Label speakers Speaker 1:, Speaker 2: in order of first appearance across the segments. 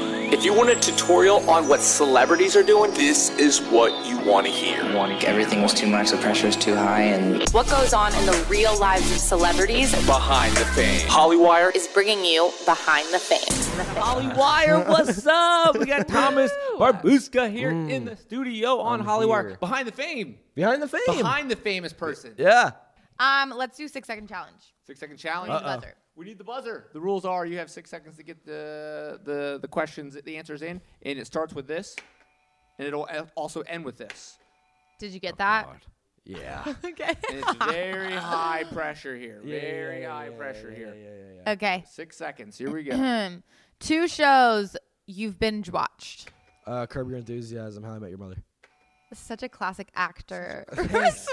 Speaker 1: If you want a tutorial on what celebrities are doing, this is what you want to hear.
Speaker 2: Everything was too much, the pressure was too high, and
Speaker 3: What goes on in the real lives of celebrities
Speaker 1: Behind the fame. Hollywire
Speaker 3: is bringing you behind the fame.
Speaker 4: Hollywire, what's up? We got Thomas Barbuska here in the studio on Hollywire.
Speaker 5: here.
Speaker 4: Behind the fame.
Speaker 5: Behind the fame.
Speaker 4: Behind the famous person.
Speaker 5: Yeah.
Speaker 6: Um, let's do six second challenge.
Speaker 4: Six second challenge.
Speaker 6: Buzzer.
Speaker 4: Uh-uh. We need the buzzer. The rules are you have six seconds to get the, the, the questions, the answers in, and it starts with this, and it'll a- also end with this.
Speaker 6: Did you get that?
Speaker 5: Yeah.
Speaker 6: Okay.
Speaker 4: And it's very high pressure here. Very high pressure here.
Speaker 6: okay.
Speaker 4: Six seconds. Here we go.
Speaker 6: Um, two shows you've binge watched.
Speaker 5: Uh, Curb Your Enthusiasm, How I Met Your Mother.
Speaker 6: Such a classic actor response.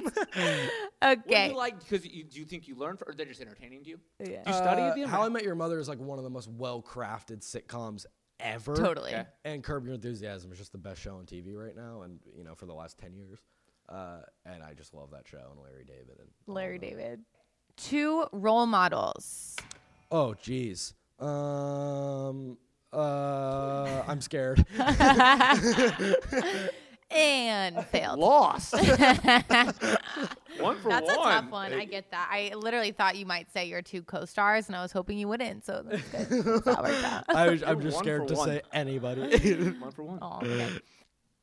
Speaker 4: What do
Speaker 6: okay.
Speaker 4: you like? Because you, do you think you learn, or they're just entertaining to you? Do you study
Speaker 5: Uh,
Speaker 4: them?
Speaker 5: How I Met Your Mother is like one of the most well crafted sitcoms ever.
Speaker 6: Totally.
Speaker 4: Okay.
Speaker 5: And Curb Your Enthusiasm is just the best show on TV right now, and you know for the last ten years. Uh, and I just love that show and Larry David. And
Speaker 6: Larry David. Two role models.
Speaker 5: oh, jeez. Um. Uh, I'm scared.
Speaker 6: And failed.
Speaker 4: Lost. one for
Speaker 6: That's
Speaker 4: one.
Speaker 6: a tough one. I get that. I literally thought you might say your two co-stars, and I was hoping you wouldn't. So that's good. That's how it worked out.
Speaker 5: I, was- I'm just
Speaker 4: one
Speaker 5: scared
Speaker 4: for
Speaker 5: to
Speaker 4: one.
Speaker 5: say anybody.
Speaker 4: One for one.
Speaker 6: Aw, okay.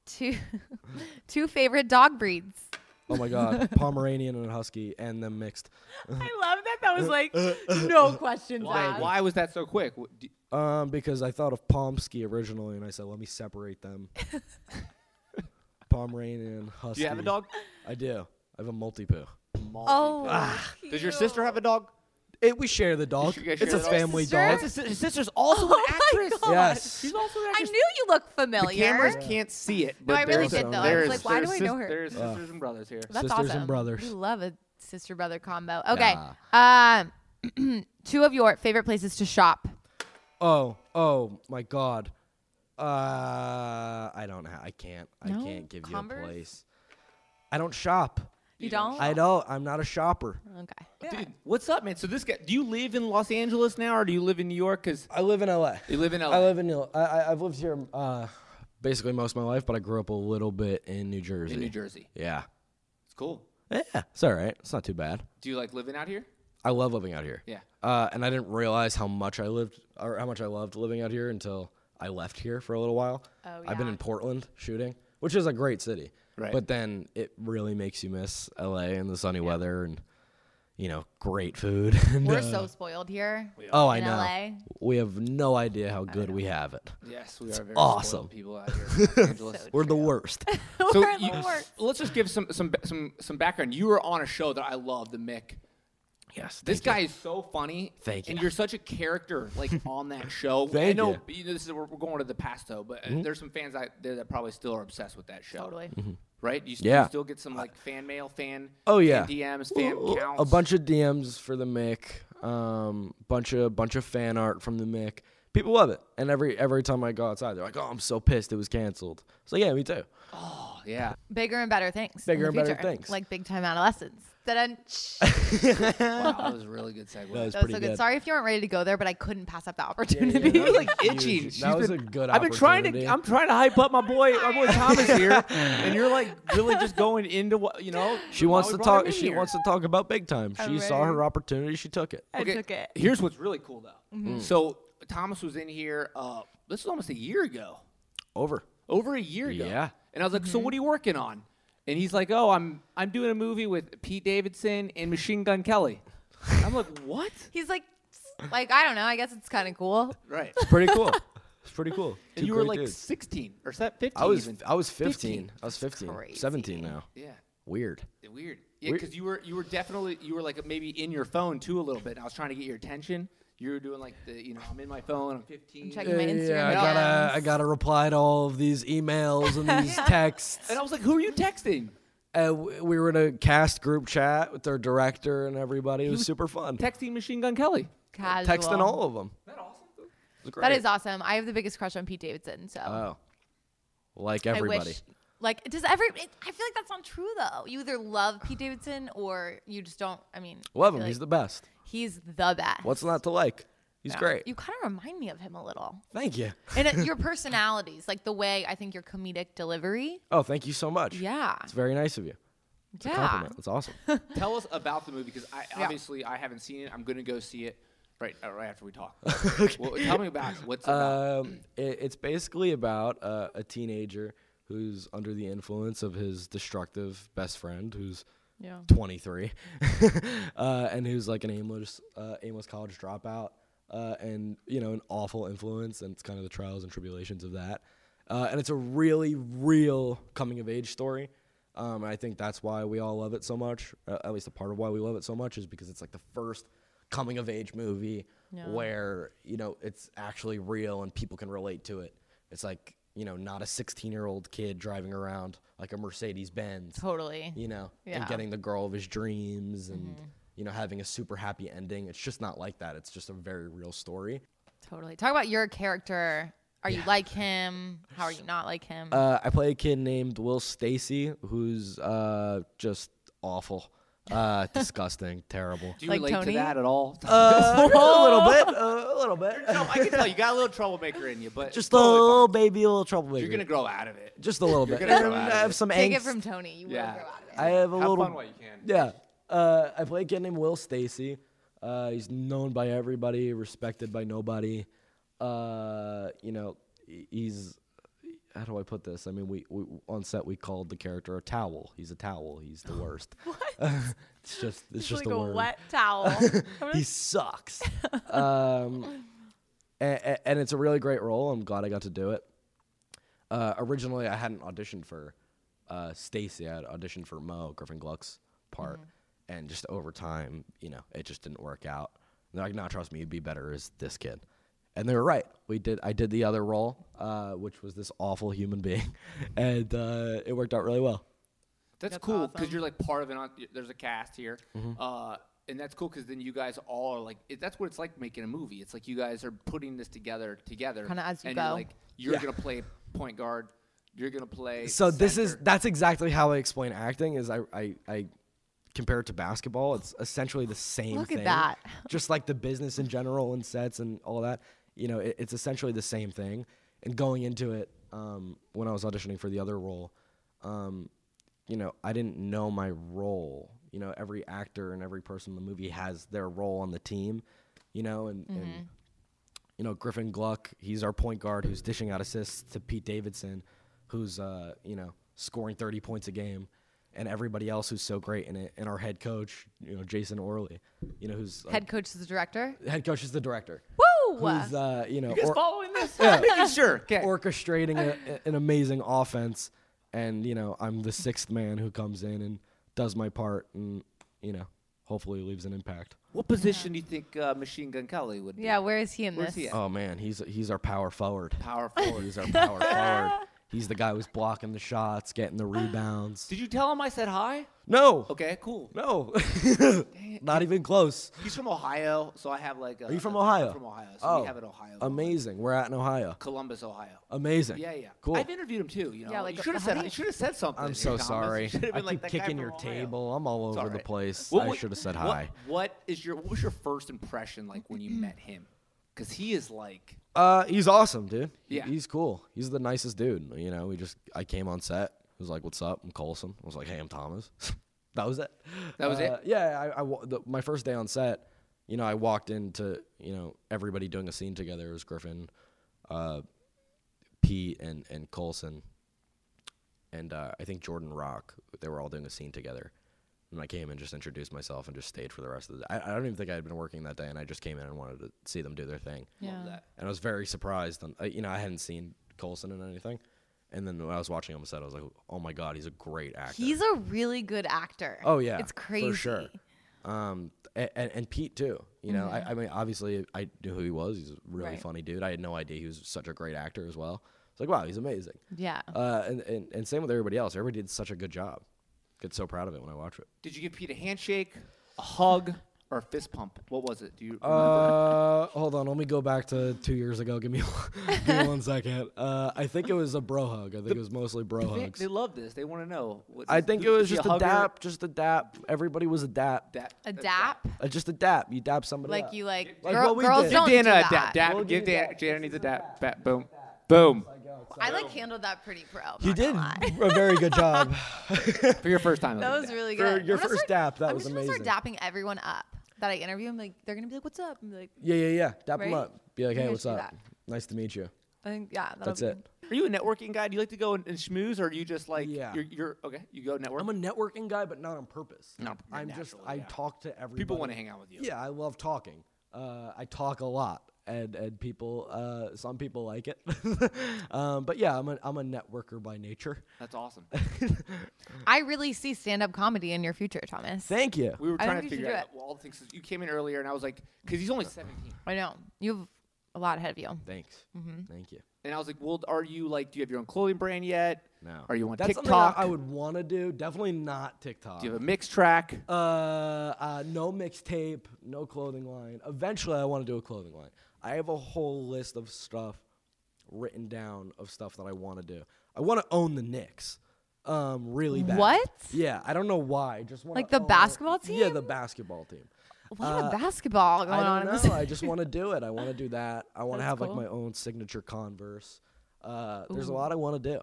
Speaker 6: Two, two favorite dog breeds.
Speaker 5: oh my god, Pomeranian and Husky, and them mixed.
Speaker 6: I love that. That was like no questions
Speaker 4: Why, why was that so quick? What- do-
Speaker 5: Um, because I thought of Pomsky originally, and I said, let me separate them. Pomeranian and Husky.
Speaker 4: Do you have a dog?
Speaker 5: I do. I have a multi poo.
Speaker 6: Oh,
Speaker 4: Does your sister have a dog?
Speaker 5: It, we share the dog.
Speaker 4: You guys
Speaker 5: It's
Speaker 4: share
Speaker 5: a
Speaker 4: the dog?
Speaker 5: family
Speaker 6: Sister?
Speaker 5: dog.
Speaker 4: His si- his sister's also
Speaker 6: Oh
Speaker 4: an
Speaker 6: my
Speaker 4: actress.
Speaker 6: God.
Speaker 5: Yes.
Speaker 4: She's also an
Speaker 6: I
Speaker 4: actress.
Speaker 6: knew you looked familiar.
Speaker 4: Cameras can't see it. But
Speaker 6: I really
Speaker 4: there's-
Speaker 5: did, though. I
Speaker 4: there's-
Speaker 5: was
Speaker 6: like, why do
Speaker 4: there's
Speaker 6: I know
Speaker 4: sis-
Speaker 6: her?
Speaker 4: There's sisters and brothers here.
Speaker 6: That's
Speaker 5: Sisters
Speaker 6: awesome.
Speaker 5: and brothers.
Speaker 6: We love a sister brother combo. Okay. Um, two of your favorite places to shop.
Speaker 5: Oh, oh my god. Uh, I don't. Ha- I can't. I
Speaker 6: No?
Speaker 5: can't give you
Speaker 6: Converse? Oh.
Speaker 5: a place. I don't shop.
Speaker 6: You don't?
Speaker 5: I don't. I'm not a shopper.
Speaker 6: okay.
Speaker 4: Dude, what's up, man? So this guy, do you live in Los Angeles now, or do you live in New York? Because
Speaker 5: I live in LA.
Speaker 4: you live in LA.
Speaker 5: I live in New. I, I, I've lived here uh, basically most of my life, but I grew up a little bit in New Jersey.
Speaker 4: in New Jersey.
Speaker 5: Yeah.
Speaker 4: It's cool.
Speaker 5: Eh, Yeah. It's all right. It's not too bad.
Speaker 4: Do you like living out here?
Speaker 5: I love living out here.
Speaker 4: Yeah.
Speaker 5: Uh, and I didn't realize how much I lived or how much I loved living out here until I left here for a little while.
Speaker 6: Oh,
Speaker 5: I've been
Speaker 6: yeah.
Speaker 5: in Portland shooting, which is a great city.
Speaker 4: Right.
Speaker 5: But then it really makes you miss LA and the sunny weather and you know, great food. and,
Speaker 6: We're
Speaker 5: uh,
Speaker 6: so spoiled here.
Speaker 5: Oh, I
Speaker 6: in
Speaker 5: know.
Speaker 6: LA.
Speaker 5: We have no idea how good we have it.
Speaker 4: Yes, we are very
Speaker 5: awesome.
Speaker 4: spoiled people out here in Los Angeles.
Speaker 5: We're the worst.
Speaker 4: So
Speaker 6: We're the
Speaker 4: you-
Speaker 6: worst.
Speaker 4: let's just give some some ba- some some background. You were on a show that I love, The Mick.
Speaker 5: yes.
Speaker 4: This
Speaker 5: thank
Speaker 4: guy is so funny.
Speaker 5: Thank
Speaker 4: And
Speaker 5: you.
Speaker 4: you're such a character, like on that show. I
Speaker 5: Thank
Speaker 4: know,
Speaker 5: you.
Speaker 4: know this is we're, we're going to the past though, but uh, there's some fans out there that probably still are obsessed with that show.
Speaker 6: Totally.
Speaker 4: Right? You, st-
Speaker 5: Yeah.
Speaker 4: you still get some like fan mail, fan.
Speaker 5: Oh
Speaker 4: fan
Speaker 5: yeah,
Speaker 4: DMs, fan
Speaker 5: Ooh,
Speaker 4: counts.
Speaker 5: A bunch of DMs for the Mick. Um, bunch of bunch of fan art from the Mick. People love it, and every every time I go outside, they're like, "Oh, I'm so pissed it was canceled." So yeah, me too.
Speaker 4: Oh, yeah.
Speaker 6: Bigger and better things. in
Speaker 5: Bigger
Speaker 6: the
Speaker 5: and better
Speaker 6: future,
Speaker 5: things.
Speaker 6: Like big time adolescence. Dun-dun. Shh.
Speaker 4: Wow, that was a really good
Speaker 5: That
Speaker 4: segue.
Speaker 5: was
Speaker 6: That was
Speaker 5: pretty
Speaker 6: so
Speaker 5: good.
Speaker 6: good. Sorry if you weren't ready to go there, but I couldn't pass up the opportunity.
Speaker 4: You're like itching.
Speaker 5: That
Speaker 4: She's
Speaker 5: was
Speaker 4: been-
Speaker 5: a good
Speaker 4: I've been trying to.
Speaker 5: opportunity.
Speaker 4: I'm trying to hype up my boy, my boy Thomas here, and you're like really just going into what you know.
Speaker 5: She
Speaker 4: why
Speaker 5: wants
Speaker 4: we
Speaker 5: to
Speaker 4: brought him
Speaker 5: talk.
Speaker 4: in
Speaker 5: She
Speaker 4: here.
Speaker 5: wants to talk about big time. She saw
Speaker 6: ready.
Speaker 5: her opportunity. She took it.
Speaker 6: I
Speaker 4: Okay,
Speaker 6: took it. Mm-hmm.
Speaker 4: Here's what's really cool though. So Thomas was in here. Uh, this was almost a year ago,
Speaker 5: Over.
Speaker 4: over a year ago.
Speaker 5: Yeah.
Speaker 4: And I was like, so what are you working on? And he's like, oh, I'm I'm doing a movie with Pete Davidson and Machine Gun Kelly. I'm like, what?
Speaker 6: He's like, like I don't know. I guess it's kind of cool.
Speaker 4: Right.
Speaker 5: Pretty cool. it's pretty cool.
Speaker 4: And
Speaker 5: Two
Speaker 4: you were
Speaker 5: great
Speaker 4: like
Speaker 5: dudes.
Speaker 4: 16 or se- 15.
Speaker 5: I was
Speaker 4: even.
Speaker 5: I was 15. I was 15.
Speaker 6: crazy.
Speaker 5: 17 now.
Speaker 4: Yeah.
Speaker 5: Weird.
Speaker 4: Yeah, Weird. Yeah, because you were you were definitely you were like maybe in your phone too a little bit. And I was trying to get your attention. You were doing like the you know I'm in my phone. I'm 15.
Speaker 6: Checking my Instagram.
Speaker 5: I gotta I
Speaker 6: DMs.
Speaker 5: gotta reply to all of these emails and these texts.
Speaker 4: And I was like, who are you texting?
Speaker 5: uh, w- we were in a cast group chat with their director and everybody. It was
Speaker 4: was
Speaker 5: super fun.
Speaker 4: Texting Machine Gun Kelly.
Speaker 6: Casual.
Speaker 5: Texting all of them.
Speaker 4: Isn't that awesome?
Speaker 5: It was great.
Speaker 6: That is awesome. I have the biggest crush on Pete Davidson. So
Speaker 5: Oh, like
Speaker 6: I
Speaker 5: everybody.
Speaker 6: wish. Like, does every? It, I feel like that's not true though. You either love Pete Davidson or you just don't. I mean, I
Speaker 5: Love
Speaker 6: feel
Speaker 5: him. He's the
Speaker 6: like
Speaker 5: best.
Speaker 6: He's the best.
Speaker 5: What's not to like? He's
Speaker 6: No.
Speaker 5: great.
Speaker 6: You kind of remind me of him a little.
Speaker 5: thank you.
Speaker 6: And it, your personalities, like the way I think your comedic delivery.
Speaker 5: Oh, thank you so much.
Speaker 6: Yeah.
Speaker 5: It's very nice of you. It's a
Speaker 6: Yeah.
Speaker 5: compliment. That's awesome.
Speaker 4: Tell us about the movie because I
Speaker 6: Yeah.
Speaker 4: obviously I haven't seen it. I'm gonna go see it right uh, right after we talk. well, tell me about it. what's it about.
Speaker 5: um, it, it's basically about uh, a teenager who's under the influence of his destructive best friend, who's 23, uh, and who's like an aimless, uh, aimless college dropout, uh, and you know, an awful influence, and it's kind of the trials and tribulations of that. Uh, and it's a really real coming of age story. Um, and I think that's why we all love it so much. Uh, at least a part of why we love it so much is because it's like the first coming of age movie where you know it's actually real and people can relate to it. It's like you know not a 16 year old kid driving around like a Mercedes Benz
Speaker 6: Totally.
Speaker 5: you know, and
Speaker 6: Yeah. Mm-hmm.
Speaker 5: getting the girl of his dreams and, you know, having a super happy ending. It's just not like that. It's just a very real story.
Speaker 6: Totally. Talk about your character. Are you like him? How are you not like him?
Speaker 5: Uh, I play a kid named Will Stacy, who's uh, just awful, uh, disgusting, terrible.
Speaker 4: Do you
Speaker 6: like
Speaker 4: relate
Speaker 6: Tony?
Speaker 4: to that at all?
Speaker 5: Uh, a little bit, uh, a little bit.
Speaker 4: No, I can tell you got a little troublemaker in you, but
Speaker 5: Just a
Speaker 4: totally fine.
Speaker 5: little baby, a little troublemaker.
Speaker 4: You're gonna grow out of it.
Speaker 5: just a little
Speaker 4: you're
Speaker 5: bit.
Speaker 4: gonna grow
Speaker 5: I
Speaker 4: out of
Speaker 5: have
Speaker 4: it.
Speaker 5: some
Speaker 6: Take
Speaker 5: angst.
Speaker 6: it from Tony. You
Speaker 4: Yeah.
Speaker 6: will grow out of it.
Speaker 5: I have a
Speaker 4: Have
Speaker 5: little.
Speaker 4: fun while you can.
Speaker 5: Yeah. Uh, I play a kid named Will Stacy. Uh, he's known by everybody, respected by nobody. Uh, you know, he- he's how do I put this? I mean, we, we on set we called the character a towel. He's a towel. He's the worst. it's just it's, just
Speaker 6: like
Speaker 5: a
Speaker 6: a
Speaker 5: word.
Speaker 6: wet towel.
Speaker 5: He sucks. um, and, and it's a really great role. I'm glad I got to do it. Uh, originally, I hadn't auditioned for uh, Stacy. I had auditioned for Mo Griffin Gluck's part, and just over time, you know, it just didn't work out. And they're like, "No, trust me, you'd be better as this kid." And they were right. We did. I did the other role, uh, which was this awful human being, and uh, it worked out really well.
Speaker 4: That's, cool because you're like part of an. on- There's a cast here,
Speaker 5: Mm-hmm.
Speaker 4: uh, and that's cool because then you guys all are like. It, that's what it's like making a movie. It's like you guys are putting this together together.
Speaker 6: Kinda as you
Speaker 4: and
Speaker 6: go.
Speaker 4: You're like you're gonna play point guard. You're gonna play.
Speaker 5: so this is
Speaker 4: center.
Speaker 5: that's exactly how I explain acting is I I, I compare it to basketball. It's essentially the same
Speaker 6: Look at
Speaker 5: thing.
Speaker 6: that.
Speaker 5: Just like the business in general and sets and all that. You know, it, it's essentially the same thing. And going into it, um, when I was auditioning for the other role, um, you know, I didn't know my role. You know, every actor and every person in the movie has their role on the team, you know, and,
Speaker 6: Mm-hmm.
Speaker 5: and you know, Griffin Gluck, he's our point guard who's dishing out assists to Pete Davidson, who's, uh, you know, scoring 30 points a game, and everybody else who's so great in it, and our head coach, you know, Jason Orley, you know, who's uh,
Speaker 6: Head coach is the director.
Speaker 5: head coach is the director.
Speaker 6: Woo!
Speaker 5: Who's, uh, you know,
Speaker 4: You guys
Speaker 5: or-
Speaker 4: following this? Making sure. Okay.
Speaker 5: orchestrating a, an amazing offense, and, you know, I'm the sixth man who comes in and does my part and, you know, hopefully leaves an impact.
Speaker 4: what position do you think uh, Machine Gun Kelly would be?
Speaker 6: yeah, where is he in
Speaker 4: Where's
Speaker 6: this?
Speaker 4: he at?
Speaker 5: Oh, man, he's, he's our power forward.
Speaker 4: Power forward.
Speaker 5: He's our power forward. He's the guy who's blocking the shots, getting the rebounds.
Speaker 4: Did you tell him I said hi?
Speaker 5: No.
Speaker 4: Okay, cool.
Speaker 5: No. Not even close.
Speaker 4: He's from Ohio, so I have like. A,
Speaker 5: Are you from Ohio?
Speaker 4: I'm from Ohio, Oh. so we have an Ohio.
Speaker 5: Amazing. We're at in Ohio.
Speaker 4: Columbus, Ohio.
Speaker 5: Amazing.
Speaker 4: Yeah, yeah.
Speaker 5: Cool.
Speaker 4: I've interviewed him too. You know,
Speaker 6: Yeah, like,
Speaker 4: you should have
Speaker 6: how
Speaker 4: said
Speaker 6: do
Speaker 4: you
Speaker 6: you-
Speaker 4: should have said something.
Speaker 5: I'm so
Speaker 4: Thomas.
Speaker 5: sorry.
Speaker 4: You should have
Speaker 5: I
Speaker 4: been like
Speaker 5: keep
Speaker 4: that guy
Speaker 5: kicking
Speaker 4: from
Speaker 5: your
Speaker 4: Ohio.
Speaker 5: table. I'm all
Speaker 4: It's
Speaker 5: over
Speaker 4: all
Speaker 5: the
Speaker 4: right.
Speaker 5: place.
Speaker 4: What
Speaker 5: I
Speaker 4: wa-
Speaker 5: should have said
Speaker 4: what-
Speaker 5: hi.
Speaker 4: What is your What was your first impression like when you met him? Because he is like
Speaker 5: Uh, he's awesome, dude. He-
Speaker 4: Yeah.
Speaker 5: He's cool. He's the nicest dude. You know, we just I came on set. He was like, "What's up?" I'm Colson. I was like, "Hey, I'm Thomas." that was it.
Speaker 4: That was it?
Speaker 5: Uh, Yeah. I, I wa- the, my first day on set, you know, I walked into you know everybody doing a scene together. It was Griffin, uh, Pete, and and Colson, and uh, I think Jordan Rock. They were all doing a scene together. And I came and just introduced myself and just stayed for the rest of the. I, I don't even think I had been working that day, and I just came in and wanted to see them do their thing
Speaker 4: love that.
Speaker 5: and I was very surprised. On, uh, you know, I hadn't seen Colson in anything, and then when I was watching him on set, I was like, "Oh my god, he's a great actor."
Speaker 6: He's a really good actor.
Speaker 5: oh yeah,
Speaker 6: It's crazy. Mm-hmm.
Speaker 5: for sure. Um, and, and, and Pete too. You know, I, I mean, obviously, I knew who he was. He's a really
Speaker 6: Right.
Speaker 5: funny dude. I had no idea he was such a great actor as well. It's like, wow, he's amazing.
Speaker 6: Yeah.
Speaker 5: Uh, and, and and same with everybody else. Everybody did such a good job. Get so proud of it when I watch it.
Speaker 4: Did you give Pete a handshake, a hug? or fist pump? What was it? Do you remember?
Speaker 5: Uh, hold on. Let me go back to two years ago. Give me, one- give me one second. Uh, I think it was a bro hug. I think it was mostly bro
Speaker 4: they,
Speaker 5: hugs.
Speaker 4: they love this. They want to know. What-
Speaker 5: I
Speaker 4: is-
Speaker 5: think it
Speaker 4: who-
Speaker 5: was
Speaker 4: is he
Speaker 5: just
Speaker 4: a
Speaker 5: a
Speaker 4: dap.
Speaker 5: dap, just a dap. Everybody was a dap.
Speaker 4: Dap.
Speaker 6: A dap?
Speaker 5: Uh, just a dap. You dap somebody.
Speaker 6: Like
Speaker 5: up.
Speaker 6: you like,
Speaker 5: Like
Speaker 6: girl,
Speaker 5: what we
Speaker 6: girls
Speaker 5: did.
Speaker 6: don't
Speaker 4: Give
Speaker 6: do
Speaker 4: Dana
Speaker 6: that.
Speaker 4: a dap.
Speaker 5: We'll
Speaker 4: Dap. Give
Speaker 5: do
Speaker 4: Dana.
Speaker 5: that.
Speaker 4: Dana needs a dap. Bat. Boom. Boom.
Speaker 6: I like handled that pretty pro. I'm
Speaker 5: You
Speaker 6: not gonna
Speaker 5: did
Speaker 6: lie.
Speaker 5: a very good job.
Speaker 4: For your first time.
Speaker 6: That was really
Speaker 5: For
Speaker 6: good.
Speaker 5: your
Speaker 6: I'm gonna
Speaker 5: first
Speaker 6: start-
Speaker 5: dap, that
Speaker 6: I'm
Speaker 5: was
Speaker 6: just Gonna start dapping everyone up that I interview. I'm like, they're gonna be like, "What's up?" I'm like,
Speaker 5: Yeah, yeah, yeah. Dap them
Speaker 6: Right?
Speaker 5: up. Be like,
Speaker 6: You
Speaker 5: hey,
Speaker 6: guys
Speaker 5: what's
Speaker 6: do
Speaker 5: up?
Speaker 6: that.
Speaker 5: Nice to meet you.
Speaker 6: I think, yeah, that'll
Speaker 5: That's
Speaker 6: be-
Speaker 5: it.
Speaker 4: Are you a networking guy? Do you like to go and, and schmooze, or are you just like
Speaker 5: Yeah.
Speaker 4: you're, you're okay? You go network.
Speaker 5: I'm a networking guy, but not on purpose.
Speaker 4: No, you're
Speaker 5: I'm just
Speaker 4: naturally,
Speaker 5: I
Speaker 4: yeah.
Speaker 5: talk to everybody.
Speaker 4: People want to hang out with you.
Speaker 5: Yeah, I love talking. Uh, I talk a lot, and and people, uh, some people like it. um, but yeah, I'm a I'm a networker by nature.
Speaker 4: That's awesome.
Speaker 6: I really see stand-up comedy in your future, Thomas.
Speaker 5: Thank you.
Speaker 4: We were
Speaker 6: I
Speaker 4: trying to
Speaker 6: think you should
Speaker 4: figure
Speaker 6: do
Speaker 4: out
Speaker 6: it.
Speaker 4: well, all the things. You came in earlier, and I was like, because he's only 17,
Speaker 6: I know you've a lot ahead of you.
Speaker 5: Thanks.
Speaker 4: Mm-hmm.
Speaker 5: Thank you.
Speaker 4: and I was like, well, are you like, do you have your own clothing brand yet?
Speaker 5: No.
Speaker 4: Are you on
Speaker 5: That's something that
Speaker 4: TikTok?
Speaker 5: I would want to do. Definitely not TikTok.
Speaker 4: Do you have a mix track?
Speaker 5: uh, uh, no mixtape, no clothing line. Eventually, I want to do a clothing line. I have a whole list of stuff written down of stuff that I want to do. I want to own the Knicks, um, really bad.
Speaker 6: What?
Speaker 5: Yeah, I don't know why. I Just wanna
Speaker 6: Like the
Speaker 5: own it.
Speaker 6: basketball
Speaker 5: Yeah,
Speaker 6: team?
Speaker 5: the basketball team.
Speaker 6: A lot of basketball going
Speaker 5: Uh, I
Speaker 6: on.
Speaker 5: don't
Speaker 6: in this-
Speaker 5: know. I just want to do it. I want to do that. I want to
Speaker 6: That's
Speaker 5: have
Speaker 6: cool.
Speaker 5: like my own signature Converse. Uh, there's a lot I want to do.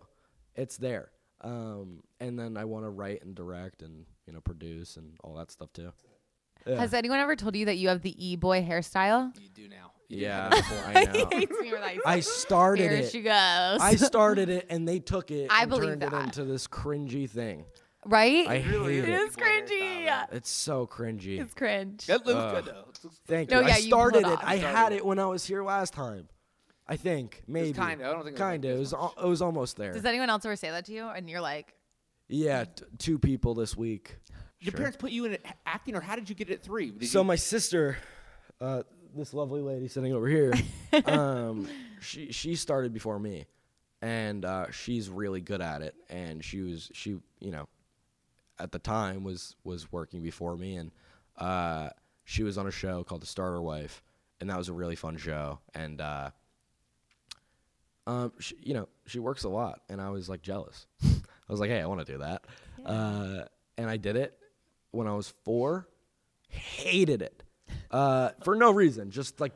Speaker 5: It's there. Um, and then I want to write and direct and you know produce and all that stuff too.
Speaker 6: Has anyone ever told you that you have the e-boy hairstyle?
Speaker 4: You do now.
Speaker 5: Yeah, I know.
Speaker 6: Hates me when I
Speaker 5: I started
Speaker 6: Here
Speaker 5: it.
Speaker 6: she goes.
Speaker 5: I started it, and they took it
Speaker 6: I
Speaker 5: and
Speaker 6: believe
Speaker 5: turned it
Speaker 6: that.
Speaker 5: into this cringy thing.
Speaker 6: right?
Speaker 5: I hate
Speaker 6: it
Speaker 5: it.
Speaker 6: is cringy.
Speaker 5: It's so cringy.
Speaker 6: It's cringe.
Speaker 4: That looks good though. It looks-
Speaker 5: Thank
Speaker 6: No,
Speaker 5: you.
Speaker 6: yeah,
Speaker 5: I
Speaker 6: you pulled
Speaker 5: started it.
Speaker 6: off.
Speaker 5: I had it when I was here last time. I think maybe.
Speaker 4: kinda, I don't think it was like
Speaker 5: Kinda.
Speaker 4: this
Speaker 5: It was. al- It was almost there.
Speaker 6: Does anyone else ever say that to you? And you're like,
Speaker 5: Yeah, t- two people this week.
Speaker 4: Your parents put you in a- acting, or how did you get it at three? Did
Speaker 5: So
Speaker 4: you,
Speaker 5: my sister, uh, this lovely lady sitting over here, um, she she started before me, and uh, she's really good at it. And she was she you know, at the time was was working before me, and uh, she was on a show called The Starter Wife, and that was a really fun show. And uh, um, she, you know, she works a lot, and I was like jealous. I was like, hey, I want to do that, uh, and I did it when I was four. Hated it uh, for no reason. Just like,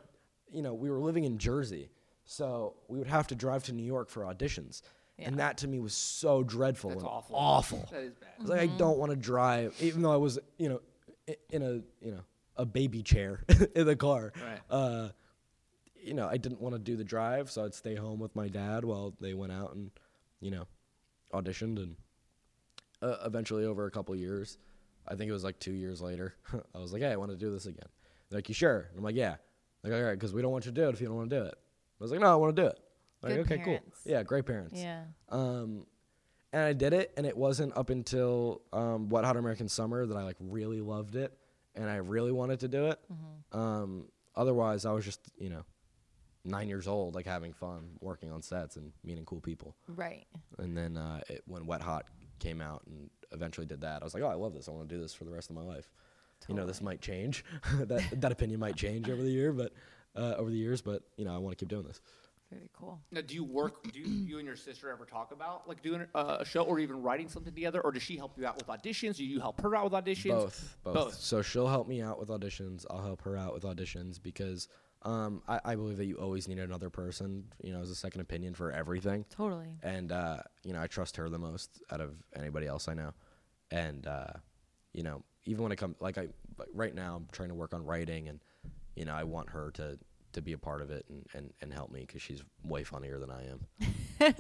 Speaker 5: you know, we were living in Jersey, so we would have to drive to New York for auditions, and that to me was so dreadful and
Speaker 4: awful.
Speaker 5: awful.
Speaker 4: that is bad.
Speaker 5: I was
Speaker 6: Mm-hmm.
Speaker 5: like, I don't want to drive, even though I was, you know, i- in a, you know, a baby chair in the car.
Speaker 4: Right.
Speaker 5: Uh, you know, I didn't want to do the drive, so I'd stay home with my dad while they went out and, you know, auditioned and uh, eventually over a couple years, I think it was like two years later, I was like, hey, I want to do this again. They're like, you sure? And I'm like, yeah. They're like, all right, because we don't want you to do it if you don't want to do it. I was like, no, I want to do it. Like,
Speaker 6: Good
Speaker 5: okay,
Speaker 6: parents.
Speaker 5: cool. Yeah, great parents.
Speaker 6: yeah.
Speaker 5: Um, and I did it, and it wasn't up until um, Wet Hot American Summer that I like really loved it, and I really wanted to do it. Um, otherwise, I was just you know nine years old, like having fun, working on sets and meeting cool people.
Speaker 6: Right.
Speaker 5: And then uh, it, when Wet Hot came out and eventually did that, I was like, oh, I love this. I want to do this for the rest of my life. You know, this might change. that that opinion might change over the year, but uh, over the years, but you know, I want to keep doing this.
Speaker 6: Very cool.
Speaker 4: Now, do you work? Do you, you and your sister ever talk about like doing uh, a show or even writing something together, or does she help you out with auditions? Do you help her out with auditions?
Speaker 5: Both, both.
Speaker 4: Both.
Speaker 5: So she'll help me out with auditions. I'll help her out with auditions because um, I, I believe that you always need another person, you know, as a second opinion for everything.
Speaker 6: Totally.
Speaker 5: And uh, you know, I trust her the most out of anybody else I know. And uh, you know, even when it comes, like I like right now, I'm trying to work on writing, and you know, I want her to to be a part of it and and, and help me because she's way funnier than I am.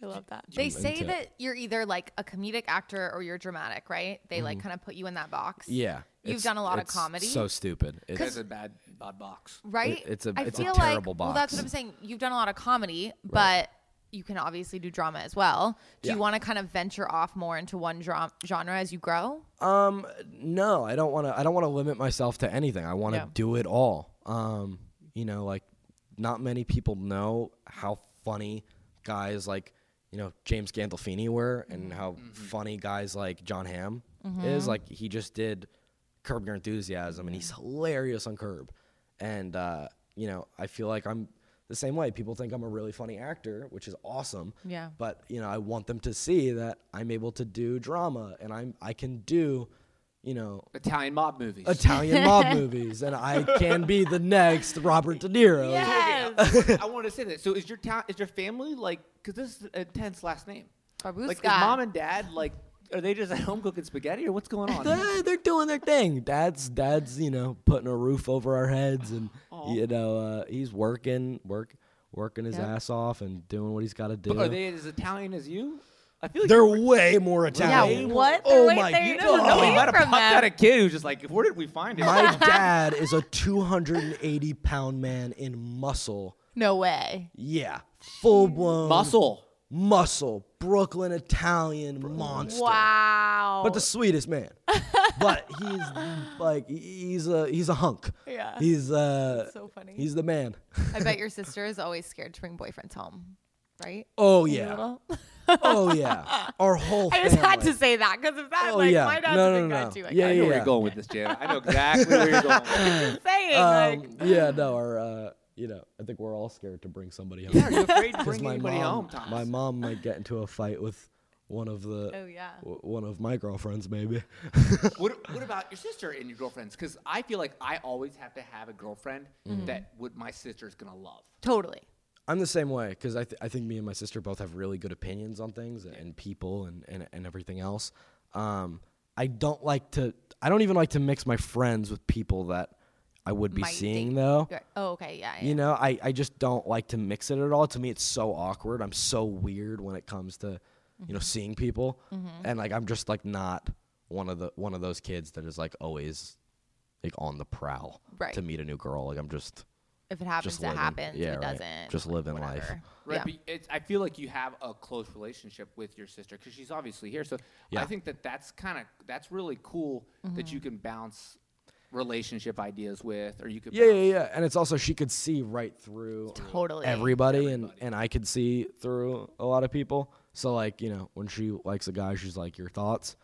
Speaker 6: I love that. They say
Speaker 5: into it.
Speaker 6: that you're either like a comedic actor or you're dramatic, right? They like kind of put you in that box.
Speaker 5: Mm-hmm. Yeah,
Speaker 6: You've
Speaker 5: it's-
Speaker 6: done a lot of
Speaker 5: it's
Speaker 6: comedy.
Speaker 5: So stupid.
Speaker 4: That's
Speaker 5: It's,
Speaker 4: a bad, bad box.
Speaker 6: Right?
Speaker 5: It- it's a-
Speaker 6: I
Speaker 5: it's a
Speaker 6: feel
Speaker 5: terrible
Speaker 6: like, Well, that's
Speaker 5: box.
Speaker 6: what I'm saying. You've done a lot of comedy, but you can obviously do drama as well. Do
Speaker 5: Yeah.
Speaker 6: you want to kind of venture off more into one dra- genre as you grow?
Speaker 5: Um, no, I don't want to. I don't want to limit myself to anything. I want to
Speaker 6: Yeah.
Speaker 5: do it all. Um, you know, like not many people know how funny guys like you know James
Speaker 6: Mm-hmm.
Speaker 5: Gandolfini were, and how funny guys like John Hamm is. Like he just did Curb Your Enthusiasm, and he's hilarious on Curb. And uh, you know, I feel like I'm the same way. People think I'm a really funny actor, which is awesome.
Speaker 6: Yeah.
Speaker 5: But you know, I want them to see that I'm able to do drama, and I'm I can do, you know,
Speaker 4: Italian mob movies.
Speaker 5: Italian mob movies, and I can be the next Robert De Niro.
Speaker 4: I want to say that. So is your town? Is your family like? Because this is an intense last name. Like, is
Speaker 6: Babushka.
Speaker 4: mom and dad like? Are they just at home cooking spaghetti, or what's going on?
Speaker 5: Eh, they're doing their thing. Dad's dad's you know putting a roof over our heads, and you know uh, he's working work working his
Speaker 6: Yep.
Speaker 5: ass off and doing what he's got to do.
Speaker 4: Are they as Italian as you? I feel like
Speaker 5: are way more
Speaker 6: Yeah,
Speaker 5: Italian.
Speaker 6: what?
Speaker 5: Oh
Speaker 6: Wait,
Speaker 5: my
Speaker 6: there you
Speaker 5: God.
Speaker 6: go.
Speaker 4: no, he
Speaker 6: Away
Speaker 4: might have
Speaker 6: from
Speaker 4: popped out
Speaker 6: them.
Speaker 4: a kid who's just like, where did we find him?
Speaker 5: My dad is a 280 pound man in muscle.
Speaker 6: No way.
Speaker 5: Yeah, full blown
Speaker 4: Muscle.
Speaker 5: muscle, Brooklyn Italian monster.
Speaker 6: Wow.
Speaker 5: but the sweetest man. but he's like he's a he's a hunk.
Speaker 6: Yeah.
Speaker 5: He's uh
Speaker 6: so funny.
Speaker 5: He's the man.
Speaker 6: I bet your sister is always scared to bring boyfriends home, right?
Speaker 5: Oh
Speaker 6: When you're
Speaker 5: yeah.
Speaker 6: little?
Speaker 5: Oh yeah. Our whole
Speaker 6: I
Speaker 5: family.
Speaker 6: just had to say that because of that.
Speaker 5: Oh,
Speaker 6: like,
Speaker 5: yeah.
Speaker 6: my dad's
Speaker 5: No,
Speaker 6: a
Speaker 5: no,
Speaker 6: big guy
Speaker 5: no.
Speaker 6: too.
Speaker 5: Yeah,
Speaker 6: I
Speaker 4: I
Speaker 6: guess.
Speaker 4: know where you're going with this, Jana. I know exactly where you're going.
Speaker 6: Saying, like,
Speaker 5: Um, yeah, no, our uh, you know, I think we're all scared to bring somebody home.
Speaker 4: Are you afraid to
Speaker 5: 'Cause
Speaker 4: bring
Speaker 5: my
Speaker 4: anybody
Speaker 5: mom,
Speaker 4: home, Thomas?
Speaker 5: my mom might get into a fight with one of the
Speaker 6: Oh, yeah.
Speaker 5: w- one of my girlfriends maybe.
Speaker 4: What, what about your sister and your girlfriends? Because I feel like I always have to have a girlfriend that would my sister's gonna love.
Speaker 6: totally.
Speaker 5: I'm the same way because I, th- I think me and my sister both have really good opinions on things and, and people and, and, and everything else. Um, I don't like to, I don't even like to mix my friends with people that I would be
Speaker 6: Might
Speaker 5: seeing
Speaker 6: date
Speaker 5: though.
Speaker 6: your- Oh, okay. Yeah. yeah.
Speaker 5: You know, I, I just don't like to mix it at all. To me, it's so awkward. I'm so weird when it comes to,
Speaker 6: Mm-hmm.
Speaker 5: you know, seeing people, and like I'm just like not one of the one of those kids that is like always like on the prowl
Speaker 6: Right.
Speaker 5: to meet a new girl. Like I'm just
Speaker 6: if it happens,
Speaker 5: just
Speaker 6: it
Speaker 5: living.
Speaker 6: happens.
Speaker 5: Yeah,
Speaker 6: if it
Speaker 5: right.
Speaker 6: doesn't.
Speaker 5: Just living life.
Speaker 6: whatever.
Speaker 4: Right.
Speaker 6: Yeah.
Speaker 4: but It's, I feel like you have a close relationship with your sister because she's obviously here. So I
Speaker 5: Yeah.
Speaker 4: think that that's kind of that's really cool that you can bounce relationship ideas with, or you could
Speaker 5: Yeah,
Speaker 4: bounce-
Speaker 5: yeah, yeah. And it's also she could see right through
Speaker 6: Totally.
Speaker 5: everybody, and and I could see through a lot of people. So like, you know, when she likes a guy, she's like your thoughts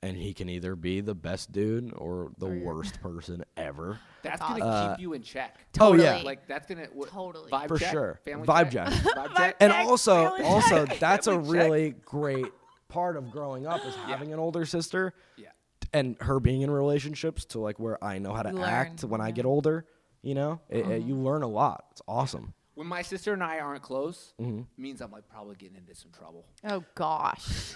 Speaker 5: and he can either be the best dude or the worst person ever.
Speaker 4: That's
Speaker 6: That's
Speaker 4: gonna
Speaker 5: awesome.
Speaker 4: keep you in check.
Speaker 5: Oh, yeah.
Speaker 6: Totally.
Speaker 4: like that's gonna what,
Speaker 6: Totally.
Speaker 4: vibe
Speaker 5: For
Speaker 4: check,
Speaker 5: sure.
Speaker 4: family
Speaker 5: Vibe
Speaker 4: check,
Speaker 5: check.
Speaker 4: vibe check.
Speaker 5: and
Speaker 6: check,
Speaker 5: also
Speaker 6: really
Speaker 5: also that's a
Speaker 4: Family check.
Speaker 5: really great part of growing up is having an older sister
Speaker 4: Yeah.
Speaker 5: and her being in relationships to like where I know how to
Speaker 6: You
Speaker 5: act
Speaker 6: learn,
Speaker 5: when I
Speaker 6: yeah. Mm-hmm.
Speaker 5: get older, you know? It- it- you learn a lot. It's awesome.
Speaker 4: When my sister and I aren't close, means I'm like probably getting into some trouble.
Speaker 6: Oh gosh.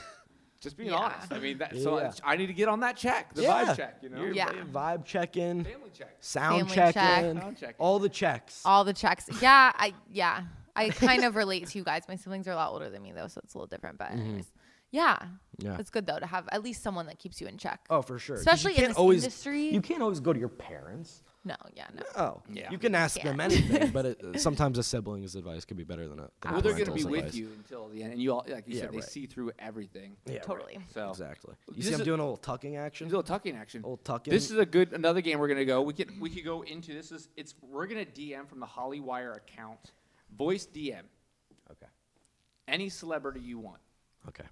Speaker 4: Just being
Speaker 6: Yeah.
Speaker 4: honest. I mean, that, so
Speaker 5: Yeah.
Speaker 4: I, I need to get on that check, the
Speaker 5: Yeah.
Speaker 4: vibe check, you know?
Speaker 6: Yeah.
Speaker 5: Vibe check in.
Speaker 4: Family check.
Speaker 5: sound
Speaker 6: Family
Speaker 5: check,
Speaker 6: check.
Speaker 5: in,
Speaker 4: Sound check in.
Speaker 5: all the checks.
Speaker 6: All the checks. Yeah. I. Yeah. I kind of relate to you guys. My siblings are a lot older than me though, so it's a little different. But anyways, yeah.
Speaker 5: Mm-hmm. Yeah.
Speaker 6: It's good though to have at least someone that keeps you in check.
Speaker 5: oh, for sure. 'Cause
Speaker 6: Especially
Speaker 5: you
Speaker 6: in
Speaker 5: can't
Speaker 6: this
Speaker 5: always,
Speaker 6: industry.
Speaker 5: you can't always go to your parents.
Speaker 6: No. Yeah. No.
Speaker 5: Oh,
Speaker 4: Yeah.
Speaker 5: You can ask
Speaker 6: Yeah.
Speaker 5: them anything, but it, uh, sometimes a sibling's advice could be better than a. Than a
Speaker 4: Well, they're going to
Speaker 5: parental's
Speaker 4: be with
Speaker 5: advice.
Speaker 4: you until the end. And you all, like you
Speaker 5: Yeah,
Speaker 4: said, they
Speaker 5: right.
Speaker 4: see through everything.
Speaker 5: Yeah, right.
Speaker 6: Totally.
Speaker 4: So
Speaker 5: Exactly. You
Speaker 4: This
Speaker 5: see, I'm
Speaker 4: is-
Speaker 5: doing a little tucking action.
Speaker 4: Little tucking action.
Speaker 5: Little tucking.
Speaker 4: This is a good another game we're gonna go. We could we could go into this is it's we're gonna DM from the Hollywire account, voice DM
Speaker 5: Okay.
Speaker 4: any celebrity you want.
Speaker 5: Okay.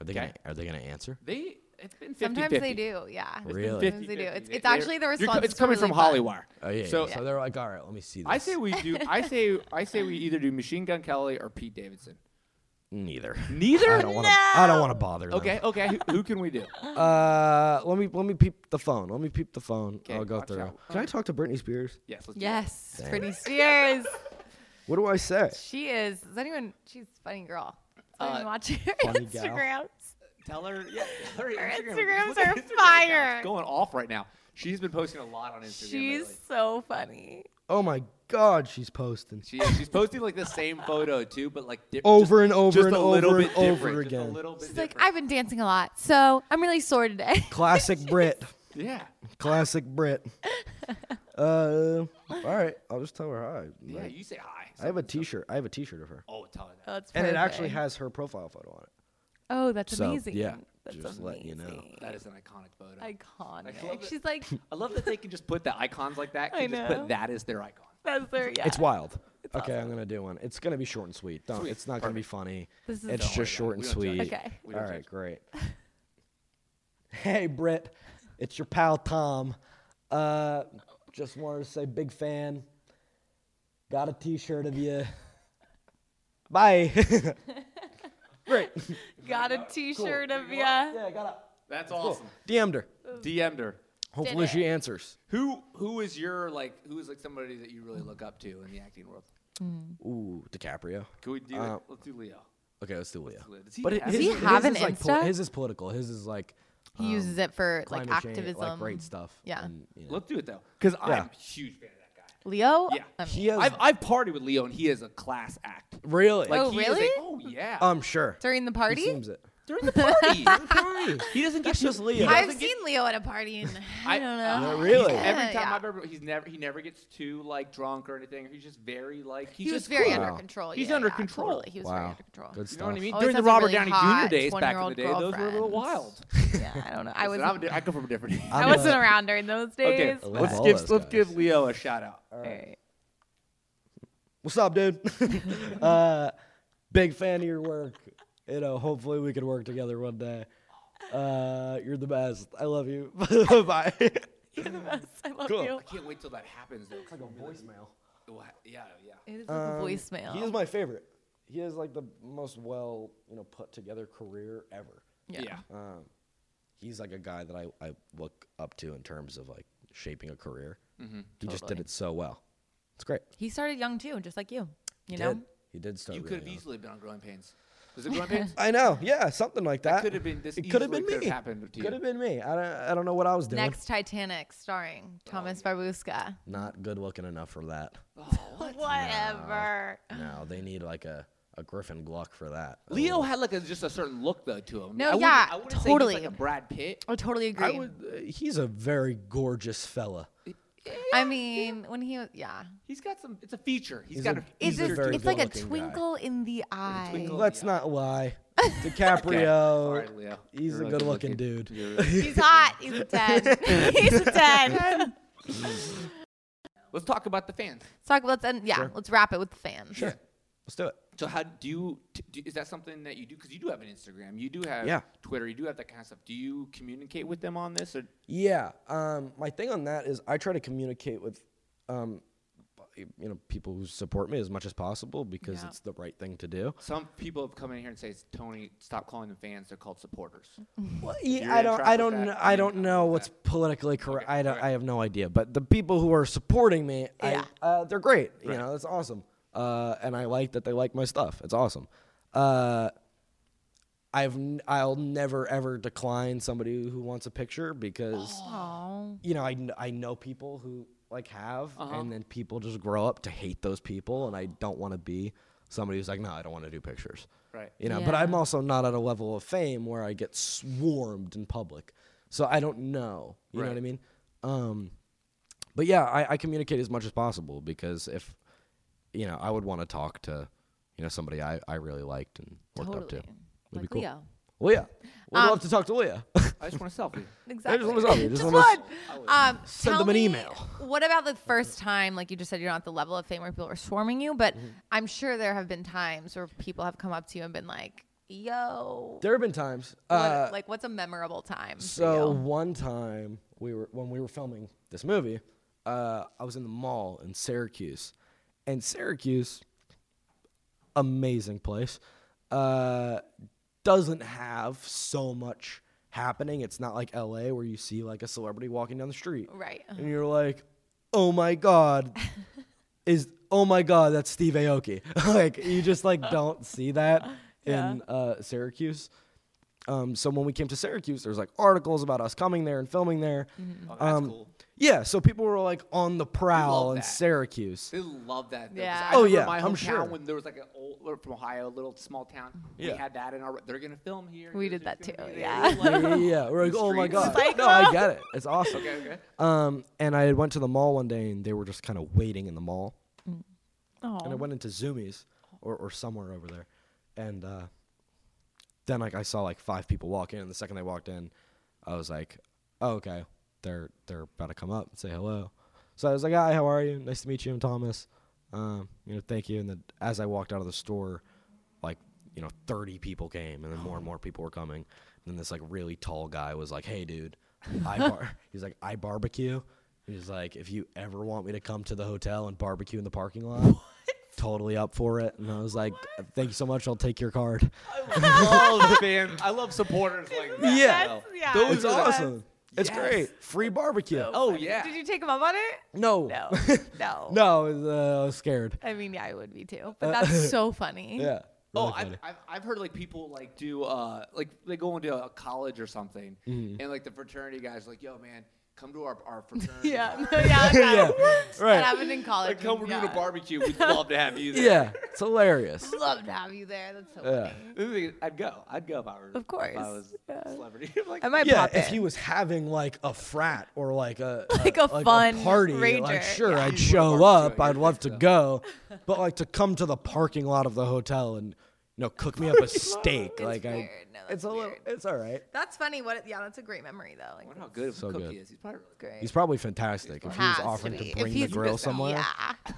Speaker 5: Are they
Speaker 4: Okay.
Speaker 5: gonna Are they gonna answer?
Speaker 4: They it's been 50,
Speaker 6: Sometimes they do. Yeah.
Speaker 5: Really?
Speaker 6: Sometimes they do. It's, it's actually the response.
Speaker 4: It's coming from Hollywire.
Speaker 5: Oh yeah.
Speaker 4: So
Speaker 5: yeah. so they're like, all right, let me see this.
Speaker 4: I say we do. I say I say we either do Machine Gun Kelly or Pete Davidson.
Speaker 5: neither.
Speaker 4: Neither.
Speaker 5: I don't want to. I don't want to bother. them.
Speaker 4: Okay. Okay. Who, who can we do?
Speaker 5: Uh, let me let me peep the phone. Let me peep the phone.
Speaker 4: Okay,
Speaker 5: I'll go
Speaker 4: watch
Speaker 5: through.
Speaker 4: out.
Speaker 5: Can I talk to Britney Spears?
Speaker 4: Yes. Let's do that.
Speaker 6: Yes. Britney Spears.
Speaker 5: What do I say?
Speaker 6: She is. Does anyone? She's a funny girl. Does
Speaker 4: Uh,
Speaker 6: anyone watch her
Speaker 5: funny gal.
Speaker 6: Instagrams?
Speaker 4: Tell her. Yeah, tell her Instagram. Just
Speaker 6: Instagrams
Speaker 4: look at
Speaker 6: are
Speaker 4: her Instagram account.
Speaker 6: fire.
Speaker 4: It's going off right now. She's been posting a lot on Instagram.
Speaker 6: She's
Speaker 4: lately.
Speaker 6: so funny.
Speaker 5: Oh my God, she's posting.
Speaker 4: She, is. she's posting like the same photo too, but like di-
Speaker 5: Over
Speaker 4: just-
Speaker 5: and over
Speaker 4: just
Speaker 5: and
Speaker 4: a little
Speaker 5: over
Speaker 4: bit
Speaker 5: and over
Speaker 4: different, just a
Speaker 5: again.
Speaker 4: little bit
Speaker 6: She's like, I've
Speaker 4: different.
Speaker 6: been dancing a lot, so I'm really sore today.
Speaker 5: Classic Brit.
Speaker 4: yeah.
Speaker 5: Classic Brit. Uh, all right. I'll just tell her hi.
Speaker 4: Yeah.
Speaker 5: Like,
Speaker 4: You say hi.
Speaker 5: I have a T-shirt. I have a T-shirt of her,
Speaker 4: Oh, tell her that.
Speaker 6: That's
Speaker 5: and it actually
Speaker 6: perfect.
Speaker 5: has her profile photo on it.
Speaker 6: Oh, that's
Speaker 5: So,
Speaker 6: amazing.
Speaker 5: yeah,
Speaker 6: That's
Speaker 5: just
Speaker 6: amazing.
Speaker 5: letting you know.
Speaker 6: Oh,
Speaker 4: That is an iconic photo. I love
Speaker 6: Iconic.
Speaker 4: it.
Speaker 6: She's like,
Speaker 4: I love that they can just put the icons like that.
Speaker 6: I
Speaker 4: Can just
Speaker 6: know.
Speaker 4: put that as their icon.
Speaker 6: that's her. Yeah.
Speaker 5: It's wild. okay, I'm gonna do one. It's gonna be short and sweet. Don't.
Speaker 4: Sweet.
Speaker 5: It's not gonna be funny.
Speaker 6: This is-
Speaker 5: it's
Speaker 6: Don't
Speaker 5: just short
Speaker 4: worry
Speaker 5: and
Speaker 4: about it.
Speaker 5: sweet.
Speaker 4: We don't
Speaker 6: judge. Okay.
Speaker 5: All right. Great. hey Brit.
Speaker 7: It's your pal Tom. Uh, just wanted to say, big fan. Got a T-shirt of you. Bye. Great.
Speaker 6: Got a T-shirt of ya.
Speaker 7: Yeah, I got
Speaker 4: That's awesome.
Speaker 5: DM'd her.
Speaker 4: DM'd her.
Speaker 5: Hopefully
Speaker 6: it.
Speaker 5: she answers.
Speaker 4: Who who is your like who is like somebody that you really look up to in the acting world?
Speaker 5: Ooh, DiCaprio.
Speaker 4: Can we do it?
Speaker 5: Uh,
Speaker 4: let's do Leo.
Speaker 5: Okay, let's do Leo.
Speaker 4: Does he
Speaker 5: But it-
Speaker 4: have-
Speaker 5: his,
Speaker 6: he have
Speaker 5: his
Speaker 6: an
Speaker 5: is like poli-
Speaker 6: Insta?
Speaker 5: his is political. His is like
Speaker 6: He uses it for like
Speaker 5: Um, climate change,
Speaker 6: activism.
Speaker 5: like great stuff.
Speaker 6: Yeah.
Speaker 5: and, you know.
Speaker 4: Let's do it though, because I'm a huge fan of that guy.
Speaker 6: Leo. Um,
Speaker 4: Yeah.
Speaker 6: I mean,
Speaker 5: He has
Speaker 4: I've I've partied with Leo, and he is a class act.
Speaker 5: really.
Speaker 4: Like
Speaker 6: Oh,
Speaker 4: he is a-
Speaker 6: really?
Speaker 4: oh yeah.
Speaker 5: I'm sure.
Speaker 6: during the
Speaker 5: He
Speaker 6: party.
Speaker 5: seems it.
Speaker 4: During the party, he doesn't get
Speaker 5: That's just Leo.
Speaker 6: I've seen Leo at a party, and I don't know.
Speaker 5: Yeah, really?
Speaker 6: Yeah,
Speaker 4: Every time
Speaker 6: yeah.
Speaker 4: I've ever, he's never, he never gets too like drunk or anything. He's just very like he's
Speaker 6: he was
Speaker 4: just
Speaker 6: very
Speaker 4: cool.
Speaker 6: under
Speaker 5: Wow.
Speaker 6: control.
Speaker 4: He's
Speaker 6: yeah,
Speaker 4: under
Speaker 6: yeah,
Speaker 4: control.
Speaker 6: totally. He was very
Speaker 5: Wow.
Speaker 6: under control.
Speaker 5: Good
Speaker 4: You
Speaker 5: stuff.
Speaker 4: know what I mean?
Speaker 6: Always
Speaker 4: During the
Speaker 6: has a
Speaker 4: Robert
Speaker 6: really
Speaker 4: Downey
Speaker 6: hot
Speaker 4: Jr. days back in the
Speaker 6: 20-year-old
Speaker 4: day, those were a little
Speaker 6: girlfriends.
Speaker 4: wild.
Speaker 6: Yeah, I don't know. I was.
Speaker 4: Listen, I'm di- I come from a different.
Speaker 6: I
Speaker 5: I'm
Speaker 6: wasn't
Speaker 5: a-
Speaker 6: around during those
Speaker 4: okay,
Speaker 6: days.
Speaker 5: love
Speaker 4: let's
Speaker 5: all
Speaker 4: give
Speaker 5: those
Speaker 4: let's
Speaker 5: guys.
Speaker 4: give Leo a shout out.
Speaker 6: All right.
Speaker 7: What's up, dude? uh, big fan of your work. You know, hopefully we could work together one day. Uh, you're the best. I love you. Bye.
Speaker 6: I love
Speaker 7: Cool.
Speaker 6: you.
Speaker 4: I can't wait till that happens though. It's like a voicemail. Yeah, yeah.
Speaker 6: It is like a voicemail.
Speaker 7: He is my favorite. He has like the most well, you know, put together career ever.
Speaker 6: yeah.
Speaker 5: He's like a guy that I, I look up to in terms of like shaping a career.
Speaker 4: Mm-hmm.
Speaker 5: He just did
Speaker 6: Totally.
Speaker 5: it so well. It's great.
Speaker 6: He started young too, just like you.
Speaker 5: He
Speaker 6: You know.
Speaker 5: did. He did start.
Speaker 4: You
Speaker 5: really
Speaker 4: could have
Speaker 5: young.
Speaker 4: easily been on Growing Pains. Was it Growing Pains?
Speaker 5: I know. Yeah, something like that.
Speaker 4: could have been- this
Speaker 5: It could have
Speaker 4: easily
Speaker 5: been
Speaker 4: could have
Speaker 5: me.
Speaker 4: happened to you.
Speaker 5: Could have been me. I don't. I don't know what I was doing.
Speaker 6: Next Titanic, starring Thomas Barbuska.
Speaker 5: Not good looking enough for that.
Speaker 6: Whatever.
Speaker 5: No, they need like a, a Griffin Gluck for that. Oh.
Speaker 4: Leo had like a, just a certain look though to him.
Speaker 6: No,
Speaker 4: I wouldn't-
Speaker 6: yeah,
Speaker 4: I wouldn't say
Speaker 6: totally.
Speaker 4: he's like a Brad Pitt.
Speaker 6: I totally
Speaker 5: I
Speaker 6: agree. I,
Speaker 5: would. Uh, he's a very gorgeous fella.
Speaker 6: mean, when he was, yeah,
Speaker 4: He's got some. It's a feature. he's
Speaker 5: He's
Speaker 4: got
Speaker 5: a-
Speaker 4: a.
Speaker 5: He's
Speaker 6: it's, a,
Speaker 5: very
Speaker 6: it's like a
Speaker 5: good-looking guy.
Speaker 6: twinkle in the eye.
Speaker 5: Let's not lie.
Speaker 4: Okay. Oh, All
Speaker 5: DiCaprio.
Speaker 4: right, Leo.
Speaker 5: He's
Speaker 4: You're
Speaker 5: a good looking dude.
Speaker 4: You're-
Speaker 6: He's hot. He's a ten. He's a ten. let's
Speaker 4: Let's talk about the fans.
Speaker 6: talk. Let's end. Yeah, let's wrap it with the fans.
Speaker 5: Sure. Let's do it.
Speaker 4: So how do you? t- Do, is that something that you do? Because you do have an Instagram, you do have
Speaker 5: Yeah.
Speaker 4: Twitter, you do have that kind of stuff. Do you communicate with them on this? Or
Speaker 5: Yeah. Um, my thing on that is I try to communicate with, um, you know, people who support me as much as possible because
Speaker 6: Yeah.
Speaker 5: it's the right thing to do.
Speaker 4: some people have come in here and say, Tony, stop calling them fans. They're called supporters.
Speaker 5: Well,
Speaker 4: you're
Speaker 5: yeah, I
Speaker 4: in
Speaker 5: don't.
Speaker 4: trap
Speaker 5: I
Speaker 4: with
Speaker 5: don't.
Speaker 4: that,
Speaker 5: Know,
Speaker 4: you're
Speaker 5: I
Speaker 4: in
Speaker 5: don't
Speaker 4: trap
Speaker 5: know
Speaker 4: with
Speaker 5: what's
Speaker 4: that.
Speaker 5: politically correct. I don't. I have no idea. But the people who are supporting me,
Speaker 6: Yeah.
Speaker 5: I, uh, they're great. You know, that's awesome. Uh, and I like that they like my stuff. It's awesome. Uh, I've. N- I'll never ever decline somebody who wants a picture because
Speaker 6: Oh,
Speaker 5: you know, I, kn- I know people who like have,
Speaker 4: Uh-huh.
Speaker 5: and then people just grow up to hate those people, and I don't want to be somebody who's like, no, I don't want to do pictures.
Speaker 4: Right.
Speaker 5: You know, but
Speaker 6: Yeah.
Speaker 5: I'm also not at a level of fame where I get swarmed in public, so I don't know. You know what I
Speaker 4: Right.
Speaker 5: mean? Um, but yeah, I, I communicate as much as possible because if you know, I would want to talk to you know somebody I, I really liked and worked up to.
Speaker 6: totally.
Speaker 5: It'd be
Speaker 6: Like
Speaker 5: cool.
Speaker 6: Leo.
Speaker 5: Leah, we'd love to talk to Leah.
Speaker 4: I just want a selfie.
Speaker 6: Exactly.
Speaker 5: wanna tell you, just
Speaker 6: Just
Speaker 5: wanna s-
Speaker 6: one. Um,
Speaker 5: Send
Speaker 6: tell
Speaker 5: them an
Speaker 6: me,
Speaker 5: email.
Speaker 6: What about the first time? Like you just said, you're not at the level of fame where people are swarming you, but
Speaker 5: Mm-hmm.
Speaker 6: I'm sure there have been times where people have come up to you and been like, "Yo."
Speaker 5: there have been times.
Speaker 6: what-
Speaker 5: uh,
Speaker 6: like what's a memorable time? for
Speaker 5: So
Speaker 6: you?
Speaker 5: one time we were when we were filming this movie, uh, I was in the mall in Syracuse, and Syracuse, amazing place, uh, doesn't have so much happening. It's not like L.A. where you see like a celebrity walking down the street,
Speaker 6: Right.
Speaker 5: And you're like, oh my god, is oh my god that's steve aoki like you just like don't see that in uh, syracuse um, so when we came to syracuse there's like articles about us coming there and filming there
Speaker 4: Oh, that's
Speaker 5: Um,
Speaker 4: cool.
Speaker 5: yeah so people were like on the prowl in
Speaker 4: that.
Speaker 5: syracuse
Speaker 4: They love that. Though, 'cause
Speaker 6: Yeah.
Speaker 4: I
Speaker 5: Oh,
Speaker 4: remember
Speaker 5: yeah,
Speaker 4: My
Speaker 5: I'm
Speaker 4: hometown
Speaker 5: sure.
Speaker 4: when there was like an old we're from Ohio, a little small town.
Speaker 5: Yeah.
Speaker 4: We had that in our. They're gonna film here.
Speaker 6: We
Speaker 4: here's
Speaker 6: did that
Speaker 4: who's gonna
Speaker 6: too,
Speaker 4: be
Speaker 6: yeah.
Speaker 4: there. They love
Speaker 5: yeah, yeah,
Speaker 4: it.
Speaker 5: yeah. We're like, oh my
Speaker 4: streets.
Speaker 5: god. No, I get it. It's awesome.
Speaker 4: Okay, okay.
Speaker 5: Um, and I went to the mall one day, and they were just kind of waiting in the mall. And I went into Zoomies or, or somewhere over there, and uh, then like I saw like five people walk in, and the second they walked in, I was like, oh, okay, they're they're about to come up and say hello. So I was like, hi, how are you? Nice to meet you, I'm Thomas. Um, you know, thank you. And then as I walked out of the store, like you know, 30 people came, and then more and more people were coming. And then this like really tall guy was like, hey, dude. I bar. He's like, I barbecue. He's like, if you ever want me to come to the hotel and barbecue in the parking lot, totally up for it. And I was like, thank you so much. I'll take your card.
Speaker 4: I love fan. Oh, I love supporters like that.
Speaker 5: Yeah.
Speaker 6: That's- yeah,
Speaker 5: Those are
Speaker 6: that's-
Speaker 5: awesome. It's
Speaker 4: Yes.
Speaker 5: great. Free barbecue.
Speaker 4: Oh yeah.
Speaker 6: Did you take him up on it?
Speaker 5: no.
Speaker 6: No, no.
Speaker 5: No, I was, uh, I was scared.
Speaker 6: I mean, yeah, I would be too. But that's so funny.
Speaker 5: Yeah.
Speaker 4: Oh,
Speaker 5: Really
Speaker 4: I've,
Speaker 5: funny.
Speaker 4: I've, I've heard like people like do uh like they go into a college or something, and like the fraternity guys like, yo man, come to our our fraternity.
Speaker 6: Yeah, no, yeah, that,
Speaker 5: right.
Speaker 6: that happened in college.
Speaker 4: Like come, we're
Speaker 6: yeah.
Speaker 4: doing a barbecue. We'd love to have you there.
Speaker 5: yeah. It's hilarious.
Speaker 6: Love to have you there. That's so
Speaker 5: Yeah.
Speaker 6: funny.
Speaker 4: The thing is, I'd go. I'd go if I were.
Speaker 6: Of course.
Speaker 4: If I was
Speaker 6: Yeah.
Speaker 4: a celebrity. I'm like,
Speaker 6: I might
Speaker 5: Yeah,
Speaker 6: pop
Speaker 5: if
Speaker 6: in.
Speaker 5: he was having like a frat or like a
Speaker 6: Like a fun
Speaker 5: party,
Speaker 6: rager.
Speaker 5: like sure,
Speaker 6: Yeah.
Speaker 5: I'd
Speaker 4: You wanna
Speaker 5: show
Speaker 4: barbecue
Speaker 5: up.
Speaker 4: at
Speaker 5: I'd
Speaker 4: your
Speaker 5: love
Speaker 4: place,
Speaker 5: to
Speaker 4: though.
Speaker 5: go, but like to come to the parking lot of the hotel and you know cook me up a steak.
Speaker 6: It's
Speaker 5: like I,
Speaker 6: weird. No, that's
Speaker 5: it's a little,
Speaker 6: weird.
Speaker 5: it's all right.
Speaker 6: That's funny. What? Yeah, that's a great memory though. Like,
Speaker 4: I wonder how good of a
Speaker 5: So
Speaker 4: cook
Speaker 5: good.
Speaker 4: he is. He's probably really good.
Speaker 6: great.
Speaker 5: He's probably fantastic. If he was
Speaker 6: Has to
Speaker 5: offering
Speaker 6: be.
Speaker 5: to
Speaker 6: If
Speaker 5: bring the
Speaker 6: he's
Speaker 5: grill
Speaker 6: missed out.
Speaker 5: somewhere,
Speaker 6: Yeah.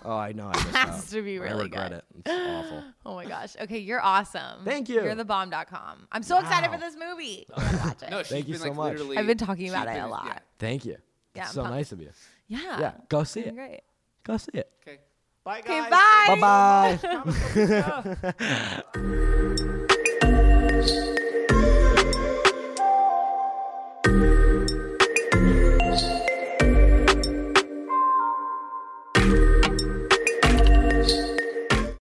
Speaker 5: oh, I know, I missed
Speaker 6: Has
Speaker 5: out.
Speaker 6: to be
Speaker 5: I
Speaker 6: really
Speaker 5: regret
Speaker 6: good.
Speaker 5: it. It's awful.
Speaker 6: Oh my gosh. Okay, you're awesome.
Speaker 5: Thank you.
Speaker 6: You're the bomb.com. I'm so excited for this movie. Oh, my gosh.
Speaker 4: No, she's
Speaker 5: Thank you
Speaker 4: been,
Speaker 5: so
Speaker 4: like,
Speaker 5: much.
Speaker 4: literally-
Speaker 6: I've been talking about
Speaker 4: she's
Speaker 6: it a
Speaker 4: been-
Speaker 6: lot.
Speaker 4: yeah.
Speaker 5: Thank you.
Speaker 6: Yeah,
Speaker 5: It's so
Speaker 6: I'm
Speaker 5: nice of you.
Speaker 6: Yeah.
Speaker 5: Yeah, go see
Speaker 6: Doing
Speaker 5: it.
Speaker 6: Great.
Speaker 5: Go see it.
Speaker 4: Okay. Bye guys.
Speaker 6: Okay, bye.
Speaker 5: Bye bye.